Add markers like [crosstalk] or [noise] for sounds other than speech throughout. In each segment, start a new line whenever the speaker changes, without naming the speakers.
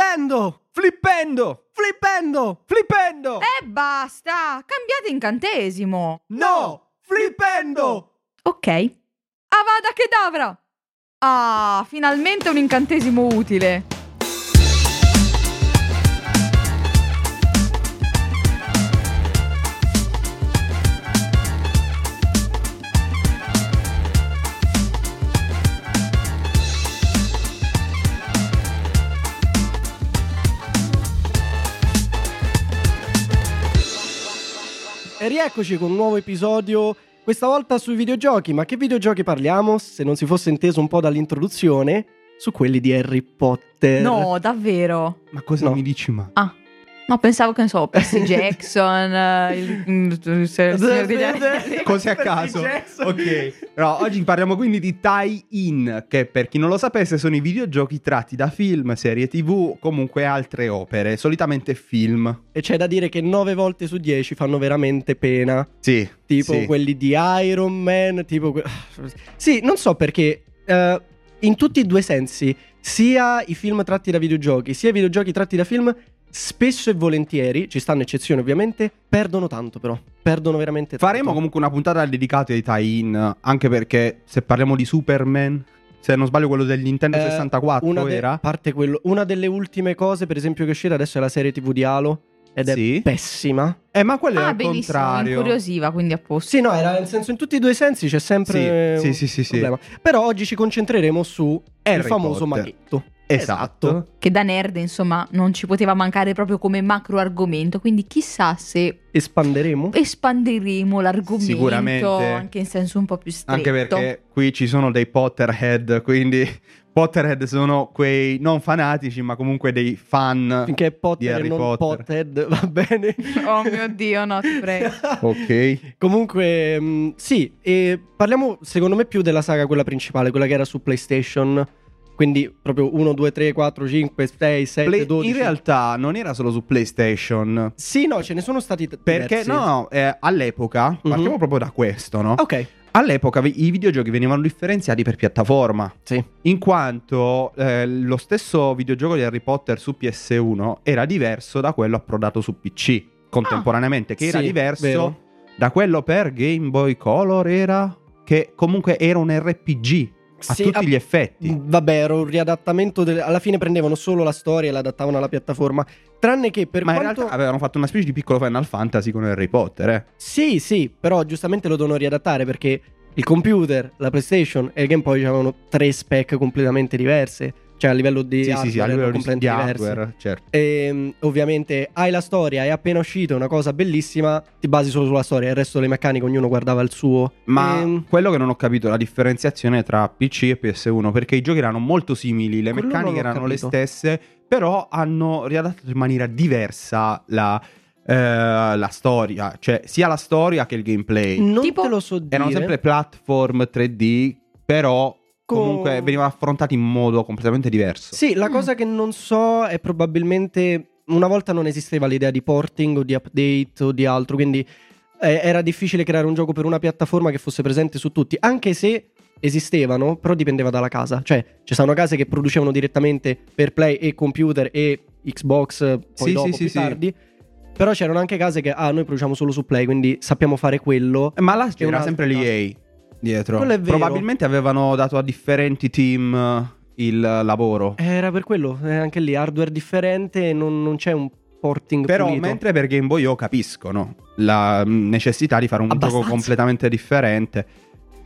Flippendo! Flippendo! Flippendo! Flippendo!
E basta! Cambiate incantesimo!
No! Flippendo!
Ok. Avada Kedavra! Ah, finalmente un incantesimo utile!
E rieccoci con un nuovo episodio, questa volta sui videogiochi. Ma che videogiochi parliamo? Se non si fosse inteso un po' dall'introduzione, su quelli di Harry Potter.
No, davvero!
Ma cosa
No.
mi dici ma?
Ah, No, pensavo che ne so, [laughs] Percy Jackson, eh, il, il- il Eh,
Eh,
signor degli anelli.
Cose a caso. Ok.
[laughs]
No, oggi parliamo quindi di tie-in, che per chi non lo sapesse sono i videogiochi tratti da film, serie tv o comunque altre opere, solitamente film.
E c'è da dire che 9 volte su 10 fanno veramente pena.
Sì.
Tipo
sì.
quelli di Iron Man, tipo... que- sì, non so perché... eh, in tutti e due i sensi, sia i film tratti da videogiochi, sia i videogiochi tratti da film, spesso e volentieri, ci stanno eccezioni ovviamente, perdono tanto però. Perdono veramente tanto.
Faremo comunque una puntata dedicata ai tie-in, anche perché se parliamo di Superman, se non sbaglio quello del Nintendo
Eh,
64
una, de-
era.
parte quello- una delle ultime cose, per esempio, che è uscita adesso è la serie TV di Halo. Ed è
Sì.
pessima.
Eh, ma quello era
Ah,
al
benissimo,
contrario.
incuriosiva, quindi a posto.
Sì, no, era nel senso in tutti e due i sensi c'è sempre
Sì,
un
sì, sì, sì, sì.
problema. Però oggi ci concentreremo su il
Harry
famoso
Potter.
maghetto.
Esatto.
Che da nerd, insomma, non ci poteva mancare proprio come macro argomento, quindi chissà se
Espanderemo.
Eh, espanderemo l'argomento
Sicuramente.
anche in senso un po' più stretto.
Anche perché qui ci sono dei Potterhead, quindi [laughs] Potterhead sono quei non fanatici, ma comunque dei fan.
Finché è
Di
Potter e
Harry
non
Potter.
Potted, va bene.
[laughs]
Oh.
Oh mio Dio, no,
[laughs]
ti prego.
Ok.
Comunque, mh, sì, e parliamo secondo me più della saga quella principale, quella che era su PlayStation. Quindi proprio 1, 2, 3, 4, 5, 6, 7,
Play-
12.
in realtà non era solo su PlayStation.
Sì, no, ce ne sono stati t-
Perché
diversi. Mhm.
no, no, eh, all'epoca, partiamo proprio da questo, no?
Ok.
All'epoca vi- i videogiochi venivano differenziati per piattaforma.
Sì.
In quanto eh, lo stesso videogioco di Harry Potter su PS1 era diverso da quello approdato su PC contemporaneamente, che era
Ah, Sì,
diverso
vero.
da quello per Game Boy Color era che comunque era un RPG a
Sì,
tutti
a-
gli effetti.
Vabbè, era un riadattamento. del- Alla fine prendevano solo la storia e la adattavano alla piattaforma. Tranne che per
Ma in
quanto.
realtà avevano fatto una specie di piccolo Final Fantasy con Harry Potter, eh.
Sì, sì, però giustamente lo devono riadattare perché il computer, la PlayStation e il Game Boy avevano tre spec completamente diverse. Cioè, a livello di
Sì, sì,
hardware
sì, a livello
erano
di, di
completamente diverse.
hardware, certo.
E mm, ovviamente hai la storia, è appena uscita, è una cosa bellissima. Ti basi solo sulla storia, il resto delle meccaniche, ognuno guardava il suo.
Ma
Ehm,
quello che non ho capito è la differenziazione tra PC e PS1, perché i giochi erano molto simili, le
Quello non
meccaniche
l'ho
erano le
capito.
stesse, però hanno riadattato in maniera diversa la, eh, la storia, cioè sia la storia che il gameplay.
non
tipo-
te lo so dire.
Erano sempre platform 3D, però
Co-
comunque venivano affrontati in modo completamente diverso.
Sì, la
Mm.
cosa che non so è probabilmente una volta non esisteva l'idea di porting o di update o di altro, quindi eh, era difficile creare un gioco per una piattaforma che fosse presente su tutti, anche se esistevano, però dipendeva dalla casa. Cioè, ci sono case che producevano direttamente per Play e computer e Xbox eh, poi
Sì,
dopo
sì,
più
sì, sì.
tardi. Però c'erano anche case che ah, noi produciamo solo su Play, quindi sappiamo fare quello.
Eh, Ma là c'era
un'altra-
sempre l'EA dietro.
Quello è vero.
Probabilmente avevano dato a differenti team eh, il lavoro.
Era per quello, eh, anche lì hardware differente, non, non c'è un porting
Però
pulito.
mentre per Game Boy io capisco no? la mh, necessità di fare un
Abbastanza.
gioco completamente differente.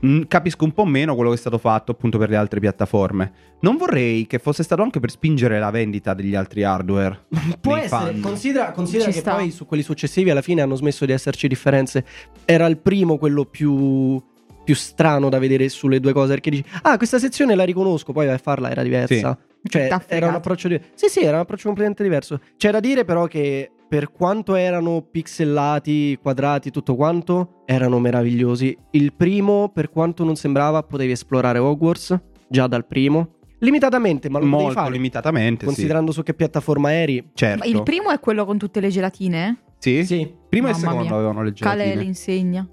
Mh, Capisco un po' meno quello che è stato fatto appunto per le altre piattaforme. Non vorrei che fosse stato anche per spingere la vendita degli altri
[laughs]
hardware.
Può
nei
essere,
fan.
considera, considera
Ci
che
sta.
poi su quelli successivi alla fine hanno smesso di esserci differenze. Era il primo quello più, più strano da vedere sulle due cose perché dici "Ah, questa sezione la riconosco", poi vai a farla era diversa. Cioè, era
T'ha
un
fregato.
approccio di... Sì, sì, era un approccio completamente diverso. C'è da dire però che per quanto erano pixellati, quadrati, tutto quanto, erano meravigliosi. Il primo, per quanto non sembrava, potevi esplorare Hogwarts già dal primo. Limitatamente, ma lo potevi
Molto
fare.
limitatamente, sì.
Considerando su che piattaforma eri,
Certo.
Il primo è quello con tutte le gelatine?
Sì?
Sì.
Primo e
Mamma
secondo
mia.
avevano le
Kale
gelatine. [laughs]
l'insegna.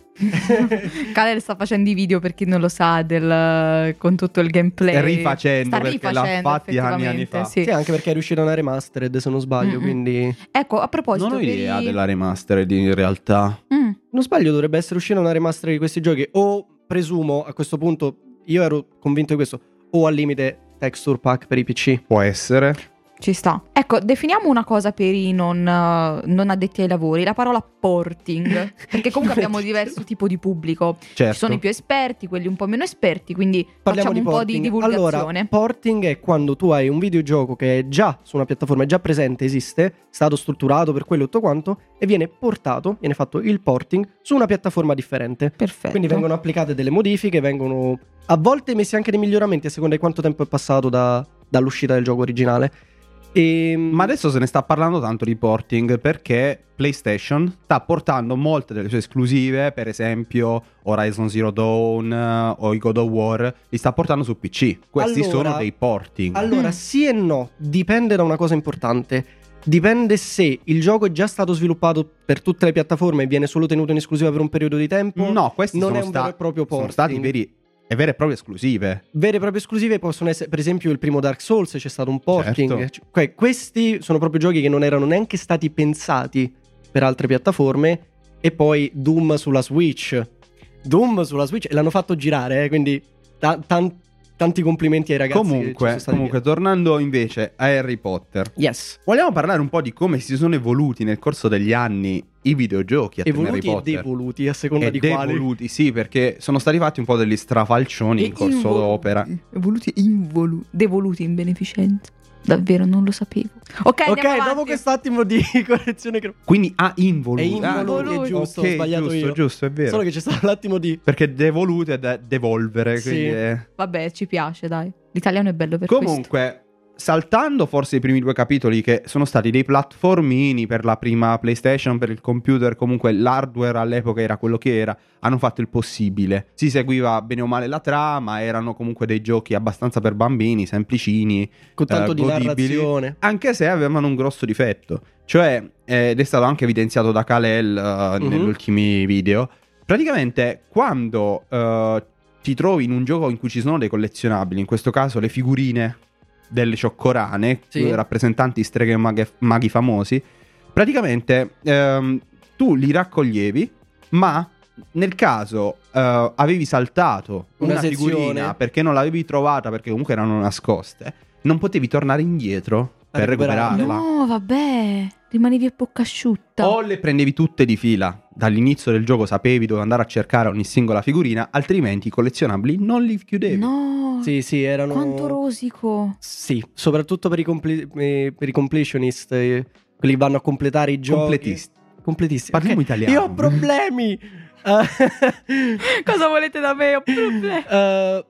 Kale sta facendo i video per chi non lo sa del- con tutto il gameplay.
Rifacendo,
sta
perché l'ha
rifacendo,
fatti anni e anni
effettivamente,
fa.
sì.
Sì, anche perché è riuscito a una remastered, se non sbaglio,
Mm-mm.
quindi...
Ecco, a proposito
Non ho
per
idea
i-
della remastered in realtà.
Mm.
Non sbaglio, dovrebbe essere uscita una remaster di questi giochi. O presumo a questo punto, io ero convinto di questo, o al limite texture pack per i PC.
Può essere.
Ci sta. Ecco, definiamo una cosa per i non, eh, non addetti ai lavori, la parola
[laughs]
porting, perché comunque abbiamo diverso tipo di pubblico.
Certo.
Ci sono i più esperti, quelli un po' meno esperti, quindi
Parliamo
facciamo un po' di
porting.
divulgazione.
Allora, porting è quando tu hai un videogioco che è già su una piattaforma, è già presente, esiste, è stato strutturato per quello e tutto quanto, e viene portato, viene fatto il porting su una piattaforma differente.
Perfetto.
Quindi vengono applicate delle modifiche, vengono a volte messi anche dei miglioramenti a seconda di quanto tempo è passato da- dall'uscita del gioco originale. Ehm, E,
Ma adesso se ne sta parlando tanto di porting perché PlayStation sta portando molte delle sue esclusive, per esempio Horizon Zero Dawn eh, o i God of War, li sta portando su PC. Questi
Allora-
sono dei porting.
Allora,
Mm.
sì e no, dipende da una cosa importante. Dipende se il gioco è già stato sviluppato per tutte le piattaforme e viene solo tenuto in esclusiva per un periodo di tempo.
no, questi
non
sono,
è un
sta-
vero e proprio
sono
porting.
stati veri- e vere e proprie esclusive.
Vere e proprie esclusive possono essere, per esempio, il primo Dark Souls, c'è stato un porting.
Certo.
Cioè, questi sono proprio giochi che non erano neanche stati pensati per altre piattaforme. E poi Doom sulla Switch. Doom sulla Switch e l'hanno fatto girare, eh, quindi ta- tan- tanti complimenti ai ragazzi. che ci sono
comunque,
stati
comunque tornando invece a Harry Potter.
dietro. Yes.
Vogliamo parlare un po' di come si sono evoluti nel corso degli anni i videogiochi a tema Harry
Evoluti e
Potter.
devoluti, a seconda
E
di quali.
devoluti, sì, perché sono stati fatti un po' degli strafalcioni in corso d'opera.
Eh. Evoluti e involu- devoluti in beneficenza. Davvero, non lo sapevo. Ok,
Ok,
andiamo avanti.
dopo quest'attimo di [laughs] correzione che...
Quindi a involuti.
È involuti,
involuti.
è giusto,
ok,
ho sbagliato
giusto,
io.
giusto, è vero.
Solo che c'è stato l'attimo di...
Perché devoluto è da devolvere,
Sì.
quindi è-
Vabbè, ci piace, dai. L'italiano è bello per questo.
Comunque, saltando forse i primi due capitoli che sono stati dei platformini per la prima PlayStation, per il computer, comunque l'hardware all'epoca era quello che era, hanno fatto il possibile. Si seguiva bene o male la trama, erano comunque dei giochi abbastanza per bambini, semplicini,
Con tanto
Eh,
di
godibili.
narrazione.
anche se avevano un grosso difetto, cioè, eh, ed è stato anche evidenziato da Kalel eh,
Mhm.
negli ultimi video, praticamente quando eh, ti trovi in un gioco in cui ci sono dei collezionabili, in questo caso le figurine delle cioccorane,
Sì.
eh, rappresentanti streghe e maghe- maghi famosi, praticamente ehm, tu li raccoglievi, ma nel caso eh, avevi saltato
Una
una,
sezione.
figurina perché non l'avevi trovata, perché comunque erano nascoste, non potevi tornare indietro
A
per
recuperarla.
recuperarla.
No, vabbè. Rimanevi a bocca asciutta.
O le prendevi tutte di fila. Dall'inizio del gioco sapevi dove andare a cercare ogni singola figurina, altrimenti i collezionabili non li chiudevi.
no.
Sì, sì, erano...
Quanto
[laughs]
rosico.
Sì, soprattutto per i, comple- eh, per i completionist, eh, quelli che vanno a completare i giochi.
Completisti.
Completisti.
Parliamo
ok.
italiano.
Io ho problemi! Eh,
Cosa volete da me? Ho problemi.
eh,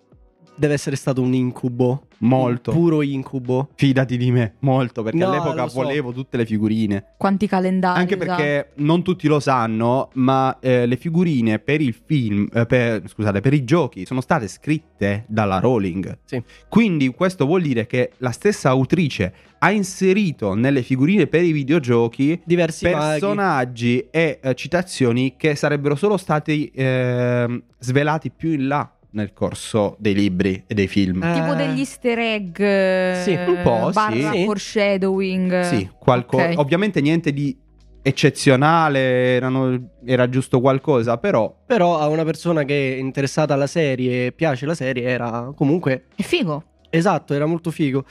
deve essere stato un incubo.
Molto.
Un puro incubo.
Fidati di me, molto, perché
No,
all'epoca
lo so.
volevo tutte le figurine.
Quanti calendari.
Anche
esatto.
perché non tutti lo sanno, ma eh, le figurine per il film, eh, per- scusate, per i giochi sono state scritte dalla Rowling.
Sì.
Quindi questo vuol dire che la stessa autrice ha inserito nelle figurine per i videogiochi
Diversi maghi.
personaggi e eh, citazioni che sarebbero solo stati ehm, svelati più in là nel corso dei libri e dei film.
Eh,
Tipo degli easter egg. eh,
Sì, un
po', sì.
Barra
Sì.
foreshadowing.
Sì, qualcosa.
Ok.
Ovviamente niente di eccezionale, erano- era giusto qualcosa, però
Però a una persona che è interessata alla serie e piace la serie era comunque
È figo.
Esatto, era molto figo.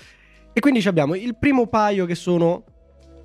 E quindi ci abbiamo il primo paio che sono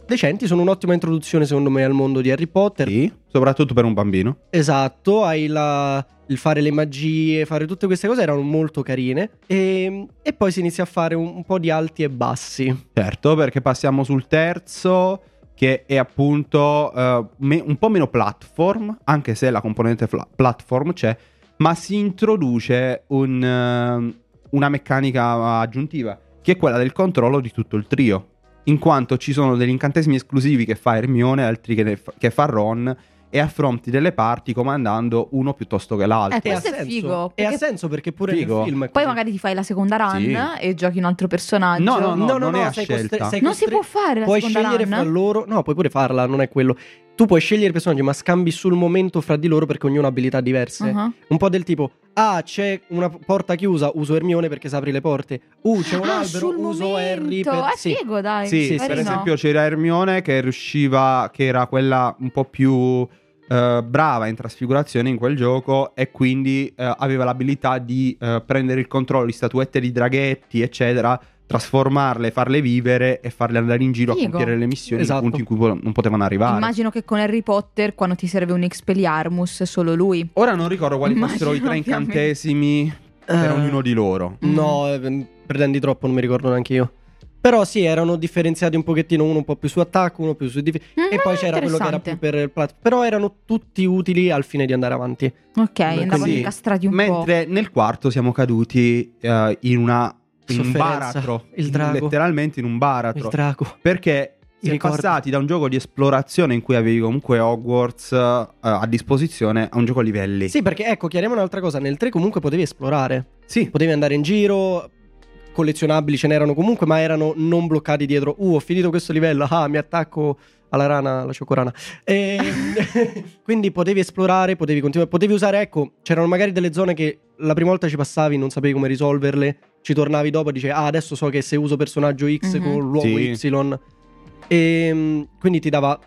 decenti, sono un'ottima introduzione secondo me al mondo di Harry Potter.
sì, soprattutto per un bambino.
Esatto, hai la- il fare le magie, fare tutte queste cose erano molto carine. E, e poi si inizia a fare un, un po' di alti e bassi.
Certo, perché passiamo sul terzo che è appunto eh, me- un po' meno platform, anche se la componente fla- platform c'è, ma si introduce un, ehm, una meccanica aggiuntiva, che è quella del controllo di tutto il trio, in quanto ci sono degli incantesimi esclusivi che fa Hermione, altri che, ne fa- che fa Ron, e affronti delle parti comandando uno piuttosto che l'altro.
Ecco, questo è figo,
E ha
perché-
senso perché pure
Figo.
nel film... è
Poi
così.
magari ti fai la seconda run
Sì.
e giochi un altro personaggio.
No, no,
No,
no.
no,
non è
no,
a
sei
scelta.
costre- sei
Non si
costre-
può fare la
Puoi
seconda
scegliere
run.
fra loro... No, puoi pure farla, non è quello. tu puoi scegliere i personaggi, ma scambi sul momento fra di loro perché ognuno ha abilità diverse.
Ah,
Un po' del tipo, ah, c'è una porta chiusa, uso Ermione perché sa apri le porte. Uh, c'è un albero,
Ah, sul
uso
momento.
Harry per...
Ah,
sì.
figo, dai.
Sì,
sì,
per
sì.
carino.
esempio c'era Ermione che riusciva, che era quella un po' più eh, brava in trasfigurazione in quel gioco e quindi eh, aveva l'abilità di eh, prendere il controllo di statuette di draghetti, eccetera, trasformarle, farle vivere e farle andare in giro
Figo.
a compiere le missioni
Esatto.
in punti in cui po- non potevano arrivare.
Immagino che con Harry Potter, quando ti serve un Expelliarmus, solo lui.
Ora non ricordo quali fossero i
Immagino,
tre
ovviamente.
incantesimi per
Eh,
ognuno di loro.
No, eh, pretendi troppo, non mi ricordo neanche io. Però sì, erano differenziati un pochettino, uno un po' più su attacco, uno più su difesa.
Mm,
E poi c'era quello che era
interessante.
più per il plat. Però erano tutti utili al fine di andare avanti.
Ok, andavano
Quindi,
incastrati un po'.
Mentre nel quarto siamo caduti eh, in una in un
Sofferenza.
baratro,
Il drago.
letteralmente in un baratro,
Il drago.
perché si è
ricordo.
passati da un gioco di esplorazione in cui avevi comunque Hogwarts eh, a disposizione a un gioco a livelli.
Sì, perché ecco, chiariamo un'altra cosa. Nel 3 comunque potevi esplorare.
Sì,
Potevi andare in giro, collezionabili ce n'erano comunque, ma erano non bloccati dietro. Uh, ho finito questo livello, ah, mi attacco alla rana, alla ciocorana. E... [laughs] quindi potevi esplorare, potevi continuare, potevi usare, ecco, c'erano magari delle zone che la prima volta ci passavi, non sapevi come risolverle, ci tornavi dopo e dicevi, ah, adesso so che se uso personaggio X
Mhm.
con l'uomo
Sì.
Y. E mm, quindi ti dava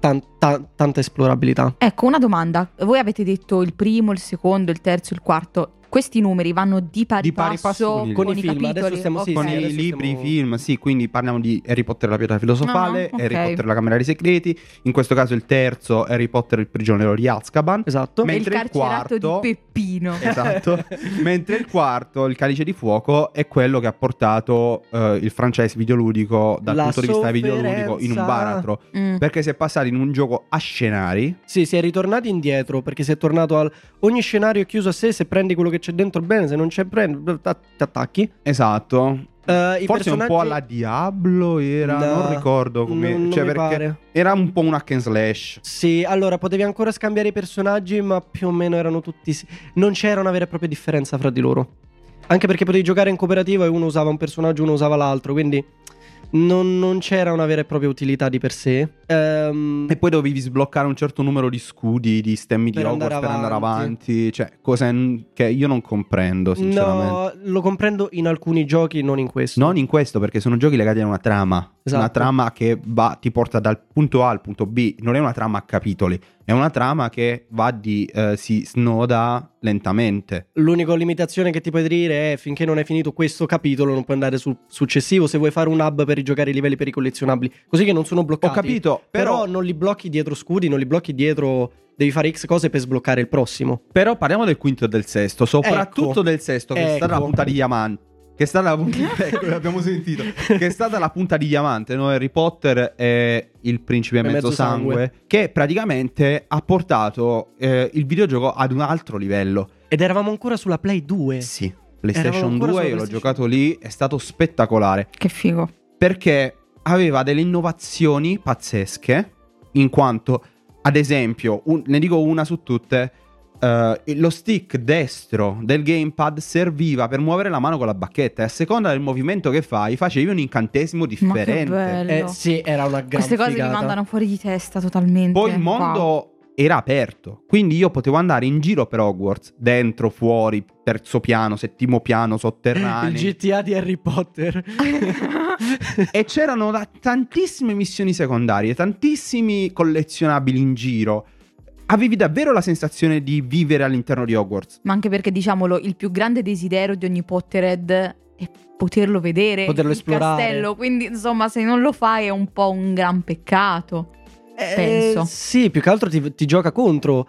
tan- tan- tanta esplorabilità.
Ecco, una domanda. Voi avete detto il primo, il secondo, il terzo, il quarto. Questi numeri vanno di pari,
Di pari passo con i-
con,
con i film.
capitoli?
Adesso stiamo- sì,
Ok.
con
adesso
i libri, i
stiamo-
film, sì, quindi parliamo di Harry Potter e la pietra filosofale,
Ah, ok.
Harry Potter e la camera dei segreti, in questo caso il terzo Harry Potter e il prigioniero di Azkaban.
Esatto.
Me-
E
mentre il
il carcerato
quarto-
di Peppino.
[laughs]
Esatto. Mentre il quarto, il calice di fuoco, è quello che ha portato eh, il franchise videoludico dal
La
punto di vista videoludico in un
sofferenza.
baratro.
Mm.
Perché si è passati in un gioco a scenari.
Sì, si è ritornati indietro perché si è tornato al ogni scenario è chiuso a sé, se prendi quello che c'è dentro bene, se non c'è prendi, bla, ta- ti attacchi.
Esatto.
Eh, i
Forse un po' alla
personaggi-
Diablo era,
No,
non ricordo come.
non- non
cioè,
mi
perché
pare.
era un po' un hack and slash.
Sì, allora potevi ancora scambiare i personaggi, ma più o meno erano tutti si- non c'era una vera e propria differenza fra di loro. Anche perché potevi giocare in cooperativa e uno usava un personaggio, uno usava l'altro, quindi non, non c'era una vera e propria utilità di per sé. Ehm,
E poi dovevi sbloccare un certo numero di scudi, di stemmi di
Per
Hogwarts
andare
per andare
avanti.
avanti. Cioè, cose n- che io non comprendo, sinceramente.
no, lo comprendo in alcuni giochi, non in questo.
Non in questo, perché sono giochi legati a una trama.
Esatto.
Una trama che va- ti porta dal punto A al punto B. Non è una trama a capitoli, è una trama che va di. eh, si snoda lentamente.
L'unica limitazione che ti puoi dire è finché non hai finito questo capitolo non puoi andare sul successivo se vuoi fare un hub per giocare i livelli per i collezionabili, così che non sono bloccati.
Ho capito,
Però,
però,
non li blocchi dietro scudi, non li blocchi dietro devi fare X cose per sbloccare il prossimo.
però parliamo del quinto e del sesto, soprattutto
Ecco.
del sesto, che è stata la
Ecco.
punta di diamante. Che è stata la punta, ecco, l'abbiamo sentito. Che è stata la punta di diamante, no? Harry Potter e il principe
E
mezzo,
mezzo
sangue,
sangue.
che praticamente ha portato eh, il videogioco ad un altro livello.
Ed eravamo ancora sulla Play 2.
Sì,
Eravamo
PlayStation
ancora
2 io
sulla
l'ho
PlayStation.
giocato lì, è stato spettacolare
Che figo.
perché aveva delle innovazioni pazzesche in quanto ad esempio, un- ne dico una su tutte, eh, lo stick destro del gamepad serviva per muovere la mano con la bacchetta e a seconda del movimento che fai facevi un incantesimo
Ma che
differente.
bello.
Eh, sì, era una gran
Queste cose
figata.
mi mandano fuori di testa totalmente.
Poi il mondo
Wow.
era aperto, quindi io potevo andare in giro per Hogwarts, dentro, fuori, terzo piano, settimo piano,
il
sotterraneo.
GTA di Harry Potter.
[laughs]
E c'erano da- tantissime missioni secondarie, tantissimi collezionabili in giro. Avevi davvero la sensazione di vivere all'interno di Hogwarts.
Ma anche perché, diciamolo, il più grande desiderio di ogni Potterhead è poterlo vedere.
Poterlo
il
esplorare.
Castello. Quindi, insomma, se non lo fai è un po' un gran peccato.
Eh,
Penso.
sì, più che altro ti, ti gioca contro.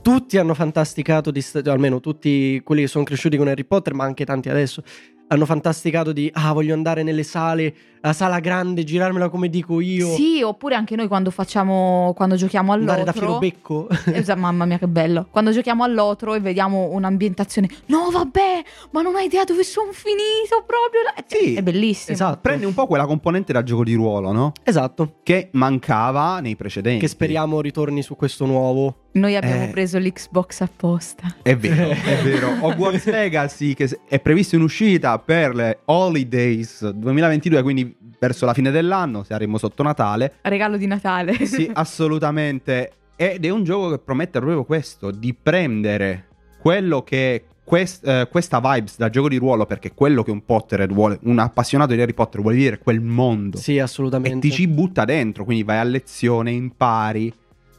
Tutti hanno fantasticato di sta- almeno tutti quelli che sono cresciuti con Harry Potter, ma anche tanti adesso. Hanno fantasticato di ah, voglio andare nelle sale, la sala grande, girarmela come dico io.
Sì, oppure anche noi quando facciamo. quando giochiamo
andare da
all'otro. [laughs]
Firobecco.
Eh, sa- mamma mia, che bello. Quando giochiamo all'otro e vediamo un'ambientazione. No, vabbè, ma non hai idea dove sono finito proprio. là." Cioè,
Sì,
è bellissimo.
esatto.
Prende un po' quella componente da gioco di ruolo, no?
[laughs] Esatto.
Che mancava nei precedenti.
Che speriamo ritorni su questo nuovo.
Noi abbiamo
Eh.
preso l'Xbox apposta.
È vero, è vero. Hogwarts Legacy che s- è previsto in uscita per le Holidays 2022, quindi verso la fine dell'anno, saremo sotto Natale.
Regalo di Natale.
[laughs]
Sì, assolutamente. Ed è un gioco che promette proprio questo, di prendere quello che quest- eh, questa vibes da gioco di ruolo, perché quello che un Potter vuole, un appassionato di Harry Potter vuole dire quel mondo.
Sì, assolutamente.
E ti ci butta dentro, quindi vai a lezione, impari,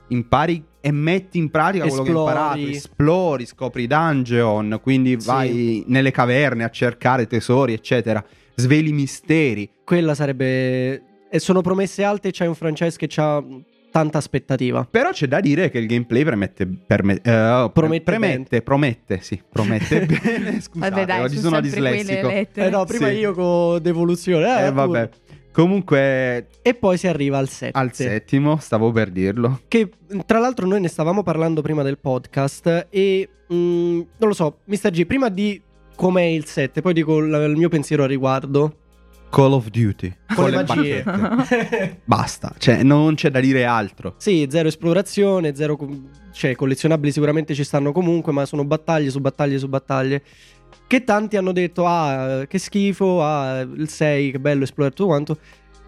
impari e metti in pratica quello che hai
Esplori.
imparato, esplori, scopri i dungeon, quindi
Sì.
vai nelle caverne a cercare tesori, eccetera, sveli misteri.
Quella sarebbe... E sono promesse alte e c'è un Francesco che ha tanta aspettativa.
Però c'è da dire che il gameplay permette, perme- eh,
Promette
premette, promette, sì,
[laughs]
promette bene, scusate,
Vabbè, dai,
oggi
sono,
sono
sempre quelle
dislessico.
lettere.
Eh no, prima
Sì.
io con devoluzione. Eh,
Eh, vabbè. Comunque
E poi si arriva al 7.
al settimo, stavo per dirlo.
Che tra l'altro noi ne stavamo parlando prima del podcast e mh, non lo so, Mr. G, prima di com'è il 7, poi dico il, il mio pensiero a riguardo.
Call of Duty
Con le magie.
bacchette.
[laughs]
Basta, cioè non c'è da dire altro.
Sì, zero esplorazione, zero... com- Cioè, collezionabili sicuramente ci stanno comunque, ma sono battaglie su battaglie su battaglie. Che tanti hanno detto, ah, che schifo, ah, il 6, che bello esplorare tutto quanto.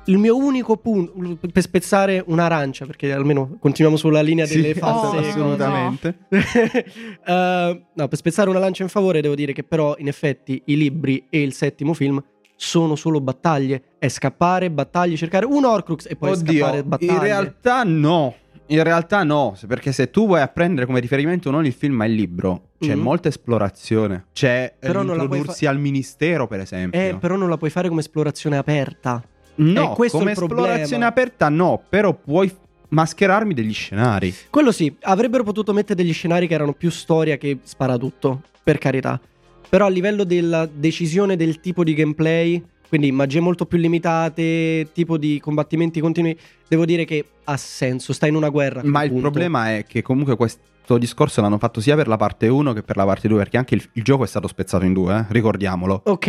Il mio unico punto, per spezzare un'arancia, perché almeno continuiamo sulla linea
[laughs]
delle
Oh,
false...
assolutamente.
[laughs] Eh, no, per spezzare una lancia in favore devo dire che però in effetti i libri e il settimo film sono solo battaglie. È scappare, battaglie, cercare un Horcrux e poi scappare,
Oddio,
battaglie.
in realtà no. In realtà no, se- perché se tu vuoi apprendere come riferimento non il film ma il libro, c'è
Mhm.
molta esplorazione. C'è
Però non la puoi
introdursi al ministero, per esempio.
Eh, però non la puoi fare come esplorazione aperta.
no,
eh, questo è
come
il problema.
esplorazione aperta no, però puoi f- mascherarmi degli scenari.
Quello sì, avrebbero potuto mettere degli scenari che erano più storia che sparatutto, per carità. Però a livello della decisione del tipo di gameplay, quindi magie molto più limitate, tipo di combattimenti continui, devo dire che ha senso, sta in una guerra. a quel
Ma il
punto.
problema è che comunque questo discorso l'hanno fatto sia per la parte 1 che per la parte 2, perché anche il, il gioco è stato spezzato in due, eh, ricordiamolo.
Ok,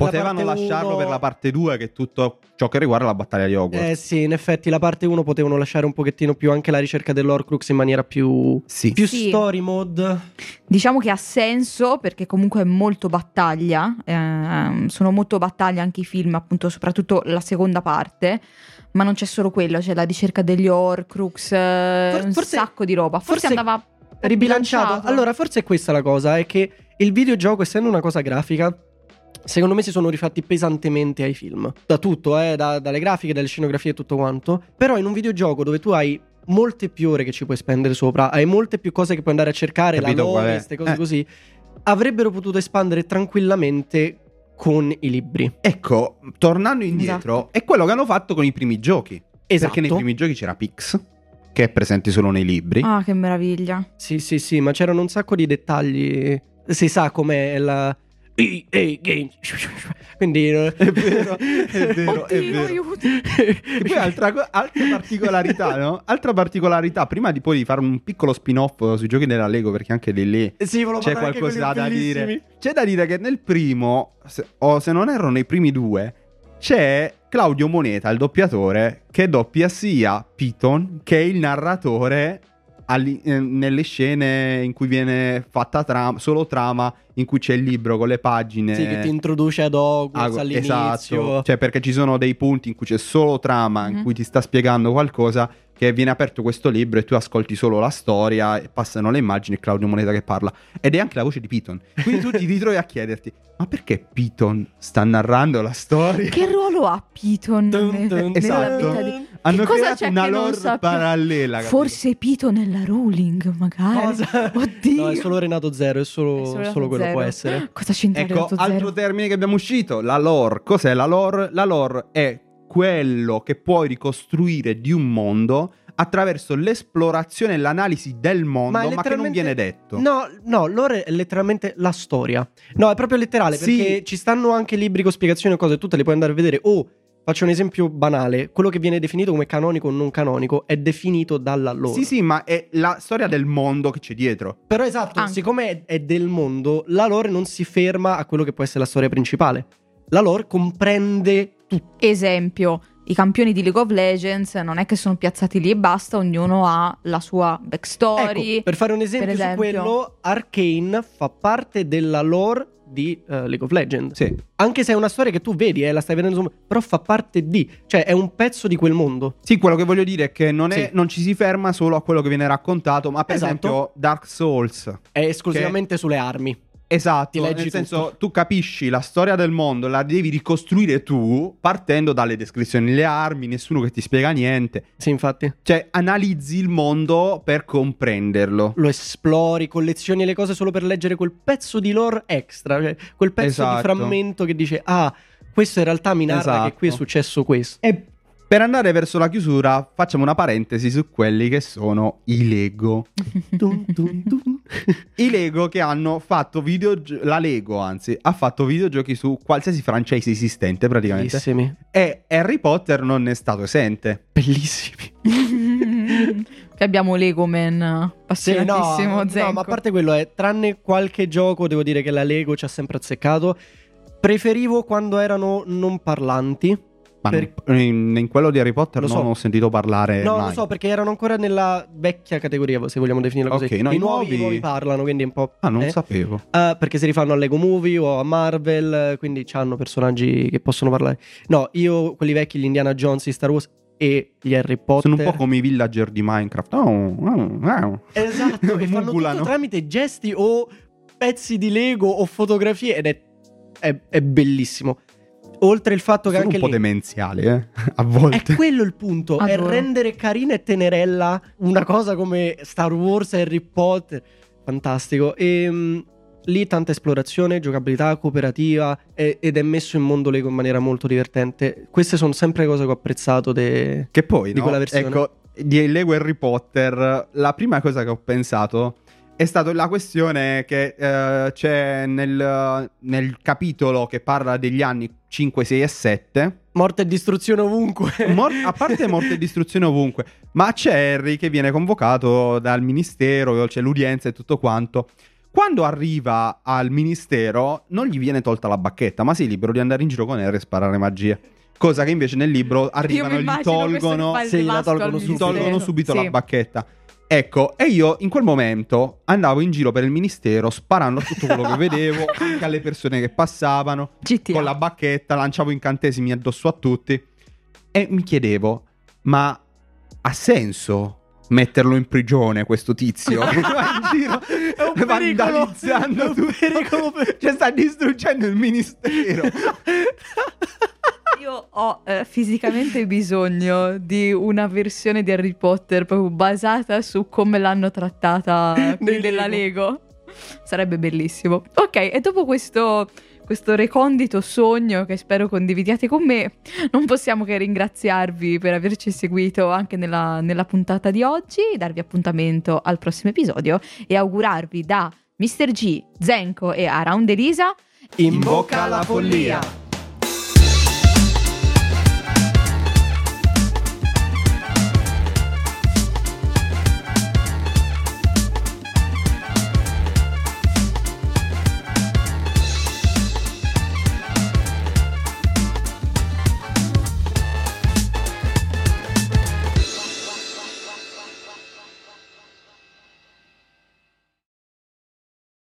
Oh, la
Potevano
parte
lasciarlo
uno-
per la parte 2 che è tutto ciò che riguarda la battaglia di Hogwarts.
Eh sì, in effetti la parte 1 potevano lasciare un pochettino più anche la ricerca dell'Orcrux in maniera più...
sì.
Più
Sì.
story mode.
Diciamo che ha senso perché comunque è molto battaglia, ehm, sono molto battaglia anche i film, appunto, soprattutto la seconda parte, ma non c'è solo quello, c'è la ricerca degli Horcrux, eh,
For-
un
forse-
sacco di roba.
forse
Forse, andava
ribilanciato.
Ribilanciato.
Allora, forse è questa la cosa, è che il videogioco, essendo una cosa grafica, secondo me si sono rifatti pesantemente ai film. Da tutto, eh, da- dalle grafiche, dalle scenografie e tutto quanto. Però in un videogioco dove tu hai molte più ore che ci puoi spendere sopra, hai molte più cose che puoi andare a cercare,
Capito
la
qual
lore,
è?
queste cose
Eh.
così, avrebbero potuto espandere tranquillamente con i libri.
Ecco, tornando indietro, è quello che hanno fatto con i primi giochi.
Esatto.
Perché nei primi giochi c'era Pix, che è presente solo nei libri.
Ah, che meraviglia.
Sì, sì, sì, ma c'erano un sacco di dettagli. Si sa com'è la EA Games. Quindi eh,
È vero, è vero, è
Oddio,
vero.
aiuto.
E poi altra, co- altra particolarità,
[laughs]
no? Altra particolarità, prima di poi fare un piccolo spin-off eh, sui giochi della Lego, perché anche lì lì
Eh, Sì, volevo
c'è
parlare anche
qualcosa
quelli
da dire.
bellissimi.
C'è da dire che nel primo, se- o se non erro nei primi due, c'è Claudio Moneta, il doppiatore, che doppia sia Piton che il narratore alli- eh, nelle scene in cui viene fatta trama, solo trama, in cui c'è il libro con le pagine.
Sì, che ti introduce ad Hogwarts
Ah,
all'inizio.
Eh. Esatto, cioè perché ci sono dei punti in cui c'è solo trama, in
Mhm.
cui ti sta spiegando qualcosa, che viene aperto questo libro e tu ascolti solo la storia, e passano le immagini e Claudio Moneta che parla. Ed è anche la voce di Piton. Quindi
[laughs]
tu ti ritrovi a chiederti, ma perché Piton sta narrando la storia?
Che ruolo ha Piton
Dun,
nel-
dun,
nella
esatto.
vita di...
Hanno
cosa
creato
c'è
una
che non
lore
sappia-
parallela. capito?
Forse Piton nella ruling, magari.
Cosa?
Oddio.
No, è solo Renato Zero, è solo,
È solo Renato
solo quello
Zero.
può essere.
Cosa c'entra
Ecco,
Renato
altro
Zero?
termine che abbiamo uscito, la lore. Cos'è la lore? La lore è quello che puoi ricostruire di un mondo attraverso l'esplorazione e l'analisi del mondo, ma,
è
che non
letteralmente-
viene detto.
No, no, lore è letteralmente la storia. No, è proprio letterale
Sì.
perché ci stanno anche libri con spiegazioni e cose, tu te le puoi andare a vedere. O faccio un esempio banale: quello che viene definito come canonico o non canonico è definito dalla lore.
Sì, sì, ma è la storia del mondo che c'è dietro.
Però esatto,
Anche.
siccome è, è del mondo, la lore non si ecco, ferma a quello che può essere la storia principale. La lore comprende tutto.
Esempio, i campioni di League of Legends non è che sono piazzati lì e basta, ognuno ha la sua backstory.
Ecco, per fare un esempio,
per
su
esempio.
quello, Arcane fa parte della lore di eh, League of Legends.
Sì.
Anche se è una storia che tu vedi, eh, la stai vedendo, insomma, però fa parte di, cioè è un pezzo di quel mondo.
Sì, quello che voglio dire è che non, è-
Sì.
non ci si ferma solo a quello che viene raccontato, ma per
Esatto.
esempio Dark Souls.
È esclusivamente sulle armi.
Esatto,
Ti leggi
nel senso
tutto.
tu capisci la storia del mondo, la devi ricostruire tu partendo dalle descrizioni, le armi, nessuno che ti spiega niente.
Sì, infatti.
Cioè, analizzi il mondo per comprenderlo.
Lo esplori, collezioni le cose solo per leggere quel pezzo di lore extra, cioè quel pezzo
Esatto.
di frammento che dice, ah, questo in realtà mi narra che
Esatto.
qui è successo questo.
E per andare verso la chiusura, facciamo una parentesi su quelli che sono i Lego.
Dun, dun, dun.
I Lego che hanno fatto videogiochi, la Lego anzi, ha fatto videogiochi su qualsiasi franchise esistente praticamente.
Bellissimi,
E Harry Potter non ne è stato esente.
bellissimi.
[laughs] Che abbiamo Lego Man
Sì, no,
appassionatissimo
no,
Zenko.
ma a parte quello è, tranne qualche gioco, devo dire che la Lego ci ha sempre azzeccato. Preferivo quando erano non parlanti.
Ma
Per-
non- in, in quello di Harry Potter
Lo
non
so.
ho sentito parlare
no,
mai.
lo so, perché erano ancora nella vecchia categoria, se vogliamo definirla così.
Ok, no,
I, nuovi,
i nuovi-
i nuovi parlano, quindi è un po'.
Ah, non
eh.
sapevo.
Eh, perché si rifanno a Lego Movie o a Marvel, eh, quindi hanno personaggi che possono parlare. No, io quelli vecchi, gli Indiana Jones, gli Star Wars e gli Harry Potter.
Sono un po' come i villager di Minecraft. Oh, oh, oh. [laughs]
Esatto, e fanno
Mugulano.
tutto tramite gesti o pezzi di Lego o fotografie ed è, è- è bellissimo. Oltre il fatto
Sono
che
un
anche
po'
lì... Ecco,
demenziale, eh, [laughs] a volte.
È quello il punto,
Adoro.
è rendere carina e tenerella una cosa come Star Wars, Harry Potter, fantastico. E, mh, lì tanta esplorazione, giocabilità, cooperativa e- ed è messo in mondo Lego in maniera molto divertente. Queste sono sempre cose che ho apprezzato. de-
Che poi,
Di
no,
quella versione.
ecco, di Lego Harry Potter, la prima cosa che ho pensato è stata la questione che eh, c'è nel, nel capitolo che parla degli anni 5, 6 e 7.
Morte e distruzione ovunque.
Mor- a parte
[laughs]
morte e distruzione ovunque, ma c'è Harry che viene convocato dal ministero, c'è l'udienza e tutto quanto. Quando arriva al ministero, non gli viene tolta la bacchetta, ma sei libero di andare in giro con Harry e sparare magie. Cosa che invece nel
Io
libro
mi
arrivano e gli
immagino questo che
tolgono,
fa il
Sì, la
vasto
tolgono
al
subito.
gli
ministero.
tolgono subito
Sì.
la bacchetta. Ecco, e io in quel momento andavo in giro per il ministero sparando a tutto quello
[laughs]
che vedevo, anche alle persone che passavano
GTA.
con la bacchetta, lanciavo incantesimi addosso a tutti e mi chiedevo, ma ha senso metterlo in prigione questo
[laughs]
tizio? Che va in giro
È un pericolo,
vandalizzando
è un
tutto.
pericolo per-
Cioè sta distruggendo il ministero.
Io ho eh, fisicamente bisogno di una versione di Harry Potter proprio basata su come l'hanno trattata quelli
Nel
della Lego. Sarebbe bellissimo. Ok, e dopo questo, questo recondito sogno che spero condividiate con me, non possiamo che ringraziarvi per averci seguito anche nella, nella puntata di oggi, darvi appuntamento al prossimo episodio e augurarvi da Mr. G, Zenko e Around Elisa
In bocca alla follia!